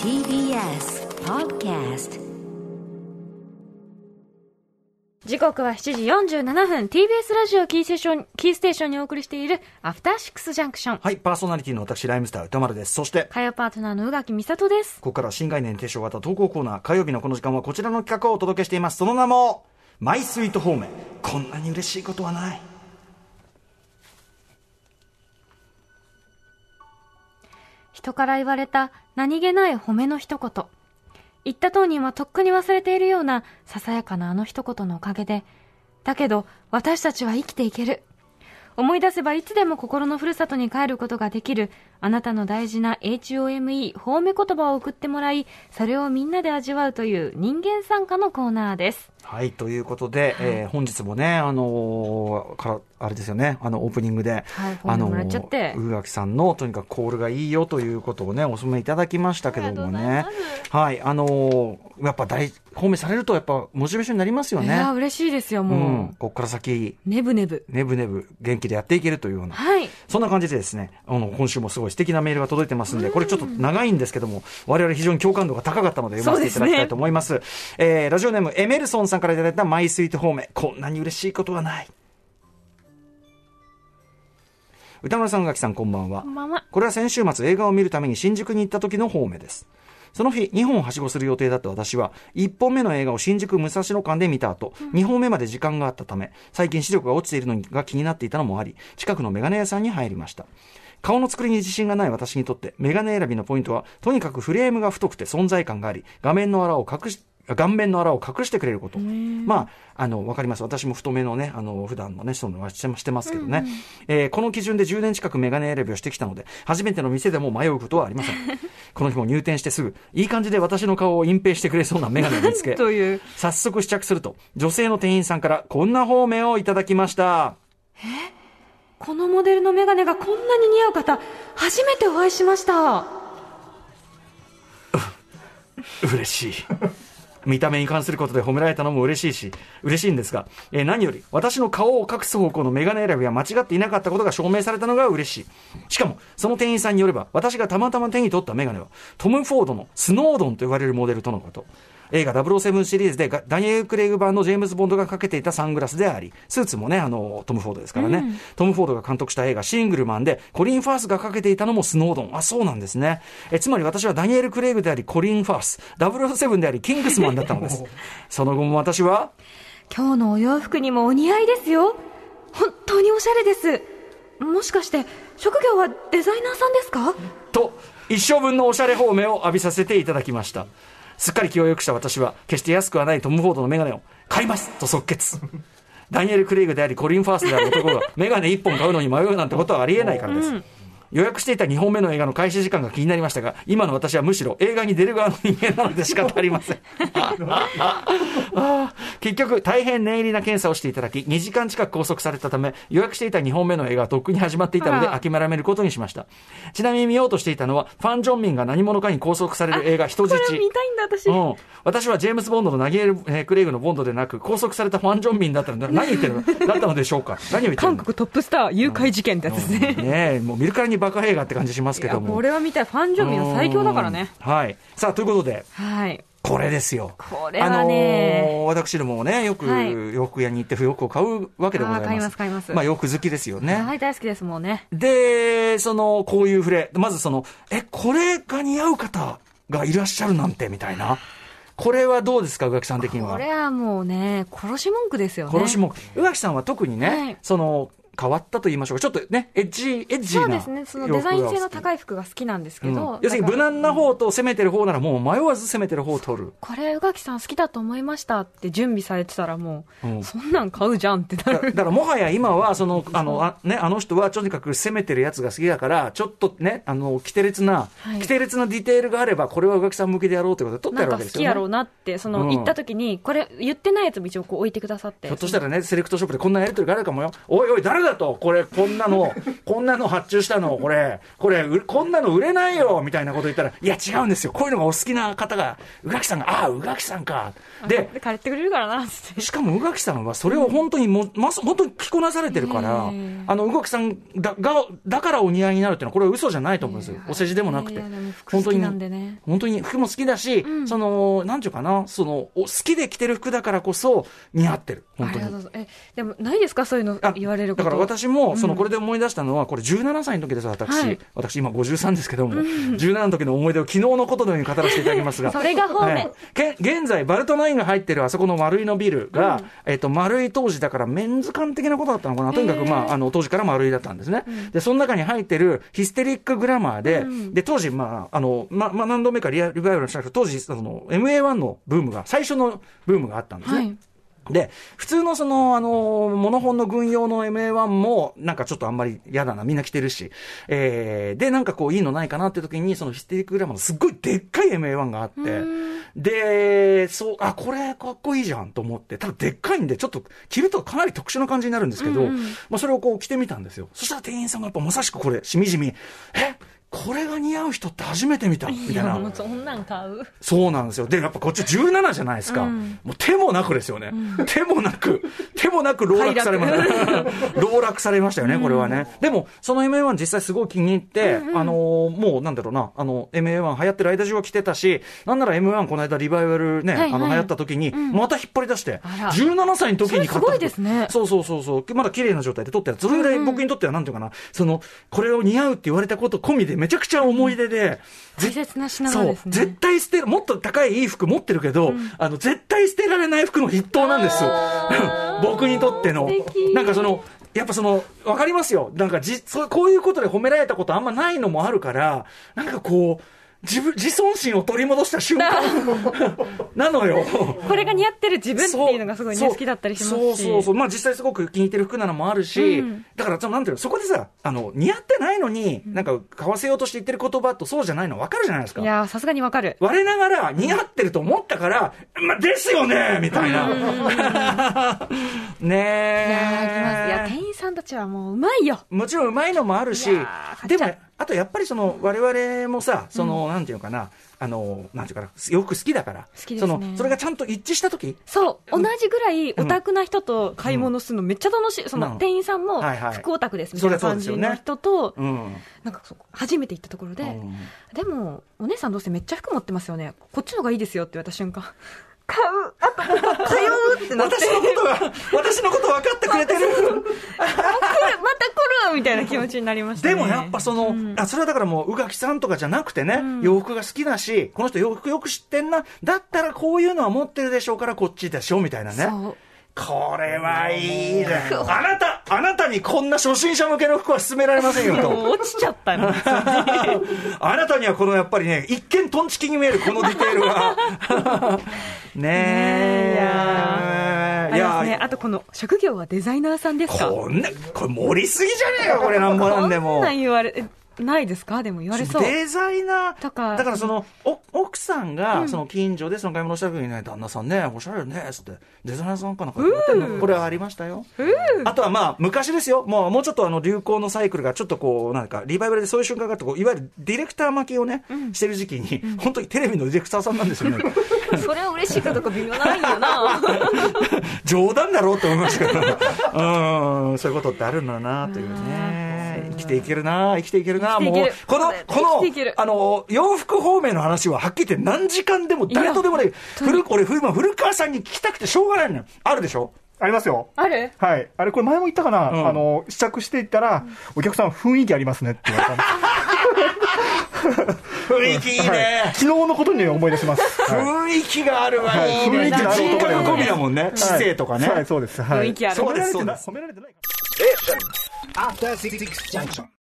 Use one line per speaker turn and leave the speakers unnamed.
TBS Podcast
時刻は7時47分 TBS ラジオキーステーションキーステーションにお送りしているアフターシックスジャンクション
はい、パーソナリティの私、ライムスター歌丸です。そして、
火曜パートナーの宇垣美里です
ここからは新概念提唱型投稿コーナー、火曜日のこの時間はこちらの企画をお届けしています。その名も、マイスイート方面。こんなに嬉しいことはない。
人から言われた何気ない褒めの一言言った当人はとっくに忘れているようなささやかなあの一言のおかげでだけど私たちは生きていける思い出せばいつでも心のふるさとに帰ることができるあなたの大事な HOME 褒め言葉を送ってもらいそれをみんなで味わうという人間参加のコーナーです
はい、ということで、えー本日もね、あのーから、あれですよね、あの、オープニングで、
はい
あ
本
の
人もらっちゃって
宇垣さんの、とにかくコールがいいよということをね、お勧めいただきましたけどもね。はい、あのーやっぱ大、褒めされると、やっぱ、モチベーションになりますよ
いや
ね。
嬉しいですよ
う
もう、
ん、こっから先、
ねぶねぶ。
ねぶねぶ、元気でやっていけるというような。
はい。
そんな感じでですね、あの、今週もすごい素敵なメールが届いてますんで、これちょっと長いんですけども、我々非常に共感度が高かったので読ませていただきたいと思います。えーラジオネームエメルソンさんからいただいたマイスイート方面、こんなに嬉しいことはない。歌丸さん、宇垣さん、こんばんは。
こんばんは。
これは先週末映画を見るために新宿に行った時の方面です。その日、2本はしごする予定だった私は、1本目の映画を新宿武蔵野館で見た後、2本目まで時間があったため、最近視力が落ちているのが気になっていたのもあり、近くのメガネ屋さんに入りました。顔の作りに自信がない私にとって、メガネ選びのポイントは、とにかくフレームが太くて存在感があり、画面のあらを隠し、顔面のあらを隠してくれること。まあ、あの、わかります。私も太めのね、あの、普段のね、そのはしてしてますけどね。えーこの基準で10年近くメガネ選びをしてきたので、初めての店でも迷うことはありま せん。この日も入店してすぐ、いい感じで私の顔を隠蔽してくれそうなメガネを見つけ、
という。
早速試着すると、女性の店員さんからこんな方面をいただきました。
このモデルのメガネがこんなに似合う方、初めてお会いしました。
嬉しい。見た目に関することで褒められたのも嬉しいし、嬉しいんですが、えー何より私の顔を隠す方向のメガネ選びは間違っていなかったことが証明されたのが嬉しい。しかも、その店員さんによれば、私がたまたま手に取ったメガネは、トム・フォードのスノードンと呼ばれるモデルとのこと。映画007シリーズでがダニエル・クレイグ版のジェームズ・ボンドがかけていたサングラスであり、スーツもね、あの、トム・フォードですからね。トム・フォードが監督した映画、シングルマンで、コリン・ファースがかけていたのもスノードン。あ、そうなんですね。え、つまり私はダニエル・クレイグであり、コリン・ファース、007であり、キングスマンだったのです。その後も私は、
今日のお洋服にもお似合いですよ。本当におしゃれです。もしかして、職業はデザイナーさんですか
と一生分のおしゃれ方面を浴びさせていただきましたすっかり気を良くした私は決して安くはないトム・フォードのメガネを買いますと即決ダニエル・クレイグでありコリン・ファースである 男がメガネ1本買うのに迷うなんてことはありえないからです、予約していた2本目の映画の開始時間が気になりましたが今の私はむしろ映画に出る側の人間なので仕方ありません あー結局大変念入りな検査をしていただき2時間近く拘束されたため予約していた2本目の映画はとっくに始まっていたので
あら
諦めることにしましたちなみに見ようとしていたのはファン・ジョンミンが何者かに拘束される映画人質
これ見たいんだ、私。
うん、私はジェームズ・ボンドのナギエル・えークレイグのボンドでなく拘束されたファン・ジョンミンだったの で何言ってるのだったのでしょうか何を言ってるの
トップスター誘拐事件ってやつですね。
ねえもう見るからにバカ映画って感じします
い
け
や、
ども
これは見たい。ファンジョミの最強だからね。
うんはいさあということで
はい。
これですよ
これはね
あのー私どももねよく
はい
洋服屋に行って洋服を買うわけでございま
あ
す
ー買います買います
まあ洋服好きですよね、
はい、大好きです、もうね。
で、その、こういう触れ。まずその、え、これが似合う方がいらっしゃるなんて、みたいな。これはどうですか、宇垣さん的に
こ
は。
れはもうね、殺し文句ですよね。
殺しも、宇垣さんは特にね、
はい
その、変わったと言いましょうか。ちょっとね、エッジ、エッジな
そうですね、そのデザイン性の高い服が好きなんですけ
うん
ど。
要するに無難な方と攻めてる方ならもう迷わず攻めてる方を取る。
これ宇垣さん好きだと思いましたって準備されてたらもう、
うん
そんなん買うじゃんってな
だだ
る
からもはや今はそのあのあ、ね、あの人はとにかく攻めてるやつが好きだからちょっとねあの規定列な、
はい
規定列なディテールがあればこれは宇垣さん向けでやろうということで取って
な
や
ん
るわ
か好
けで
き
すよ、ね、
やろうなってその
うん
行った時にこれ言ってないやつも一応こう置いてくださって
ひょっとしたらね、セレクトショップでこんなやり取りがあるかもよ。おいおい、誰だと、これ、こんな の、こんなの発注したの、これ、これ、うこんなの売れないよ、みたいなこと言ったら、いや、違うんですよ。こういうのがお好きな方が、宇垣さんが、ああ、宇垣さんか。で、
帰ってくれるからな、つって。
しかも宇垣さんはそれを本当にも、まさ、本当に着こなされてるから
へえ、
あの、宇垣さんだが、だからお似合いになるっていうのは、これは嘘じゃないと思うんですよ。お世辞でもなく
いや
て
いやでも。服
本当
好き
に
なんでね。
本当に服も好きだし、
ん
その、なんていうかな、その、お好きで着てる服だからこそ似合ってる。本
あ
当
り
に
が。とうございます。え、でも、ないですかそういうの
あ
言われるこ
だ
と。
から私も、その、
うん
これで思い出したのは、これ17歳の時です、私。
はい
私今53ですけども、17の時の思い出を昨日のことのように語らせていただきますが。
それが方面
はいけ現在、バルトナインが入ってるあそこの丸井のビルが、えっと、丸井当時だからメンズ館的なことだったのかな。とにかく、まあ、あの、当時から丸井だったんですね。で、その中に入ってるヒステリックグラマーで、で、当時、まあ、あの、ま、まあ、何度目かリアリバイバルしたけど、当時、その、MA1 のブームが、最初のブームがあったんですね。
はい。
で、普通のその、あの、モノ本の軍用の MA1 も、なんかちょっとあんまり嫌だな、みんな着てるし。えー、で、なんかこう、いいのないかなって時に、そのヒステリックグラマーのすっごいでっかい MA1 があって、で、そう、あ、これかっこいいじゃんと思って、ただでっかいんで、ちょっと着るとかなり特殊な感じになるんですけど、
うんうん
まあそれをこう着てみたんですよ。そしたら店員さんがやっぱまさしくこれ、しみじみ、えこれが似合う人って初めて見たみたいな。
もうそんなん買う。
そうなんですよ。で、やっぱこっち17じゃないですか。
うん
もう手もなくですよね。手もなく、手もなく老落されま した。老落されましたよね、これはね。でも、その MA1 実際すごい気に入って、あのーもうなんだろうな、あの、MA1 流行ってる間中は着てたし、なんなら M1 この間リバイバルね、
はいはい
あの、流行った時に、また引っ張り出して、
あら
17歳の時に買った。
それすごいですね
そうそうそうそう。まだ綺麗な状態で撮ってた。それぐらい僕にとってはなんていうかな、その、これを似合うって言われたこと込みでめちゃくちゃ思い出で、
大切な品なん
そ
で
う
すね。
絶対捨てるもっと高いいい服持ってるけど、あの絶対捨てられない服の筆頭なんですよ 僕にとっての
素敵
なんかそのやっぱその分かりますよなんかじそうこういうことで褒められたことあんまないのもあるからなんかこう自分自尊心を取り戻した瞬 間なのよ
これが似合ってる自分っていうのがすごい
そ
ね、
う
好きだったりしますし。
そうそうそう。まあ実際すごく気に入ってる服なのもあるし、
うん
だから、そのなんていうの、そこでさ、あの、似合ってないのに、なんか、買わせようとして言ってる言葉とそうじゃないの分かるじゃないですか。
いやー、さすがにわかる。
我ながら似合ってると思ったから、まあ、ですよねみたいな。
いやー、きます。い
ねえ。
や、店員さんたちはもううまいよ。
もちろんうまいのもあるし
いやー、
でも、あとやっぱりその、我々もさ、その、なんていうのかな、あの、なんていうかな、よく好きだから、
好きですね
その、それがちゃんと一致した時
そう、同じぐらいオタクな人と買い物するのめっちゃ楽しい。その
うん
店員さんも
はいはい
服オタクですみたいな
そりゃそう
感
です
じ
よね
の人と、
うん。
なんかそう初めて行ったところで、
うん
でも、お姉さんどうせめっちゃ服持ってますよね。こっちの方がいいですよって言われた瞬間、 買う、あと、通うってなって、
私のことが、私のこと分かってくれてる。
来る、また来るみたいな気持ちになりました、ね。
でもやっぱその、
うん
あそれはだからもう宇垣さんとかじゃなくてね、
ん
洋服が好きだしこの人洋服よく知ってんなだったらこういうのは持ってるでしょうからこっちでしょみたいなね
そう。
これはいいねあなたあなたにこんな初心者向けの服は勧められませんよと
もう落ちちゃったの。
あなたにはこのやっぱりね一見トンチキに見えるこのディテールが ね
ね
え
えいやありますね。
いや
あとこの、職業はデザイナーさんですか
こんなこれ盛りすぎじゃねえよこれなんぼなんでも
こんなん言われ、えないですかでも言われそう。
デザイナー
とか
だからそのお奥さんがその近所でその買い物した時にね、旦那さんねおしゃれよねっつってデザイナーさんかなんかやってんのこれはありましたよあとはまあ昔ですよもうもうちょっとあの流行のサイクルがちょっとこうなんかリバイバルでそういう瞬間があってこういわゆるディレクター巻きをね、してる時期に、本当にテレビのディレクターさんなんですよね
それは嬉しいかどうか微妙なラインよな。
冗談だろうって思いましたけどうんそういうことってあるんだなというね生きていけるな生きていけるな
生きてい
もう
ける
この
そうだよ
この
生きていける
あの洋服方面の話ははっきり言って何時間でも誰とでもね古俺古古川さんに聞きたくてしょうがないのよあるでしょ
ありますよ。
ある
はい。あれ、これ前も言ったかな、
うん
あの、試着していったら、お客さん雰囲気ありますねって言われたんで
雰囲気いい
はい。
ね
昨日のことに思い出します。はい
雰囲気があるわいい
はい雰
ね
囲気のある
人
男
格
だよね
込みだもんね知性とかね
はい、そうです。はい。
雰囲気ある
そうですそう
褒め
で
ら
す
れてない褒められてない
After Six Junction.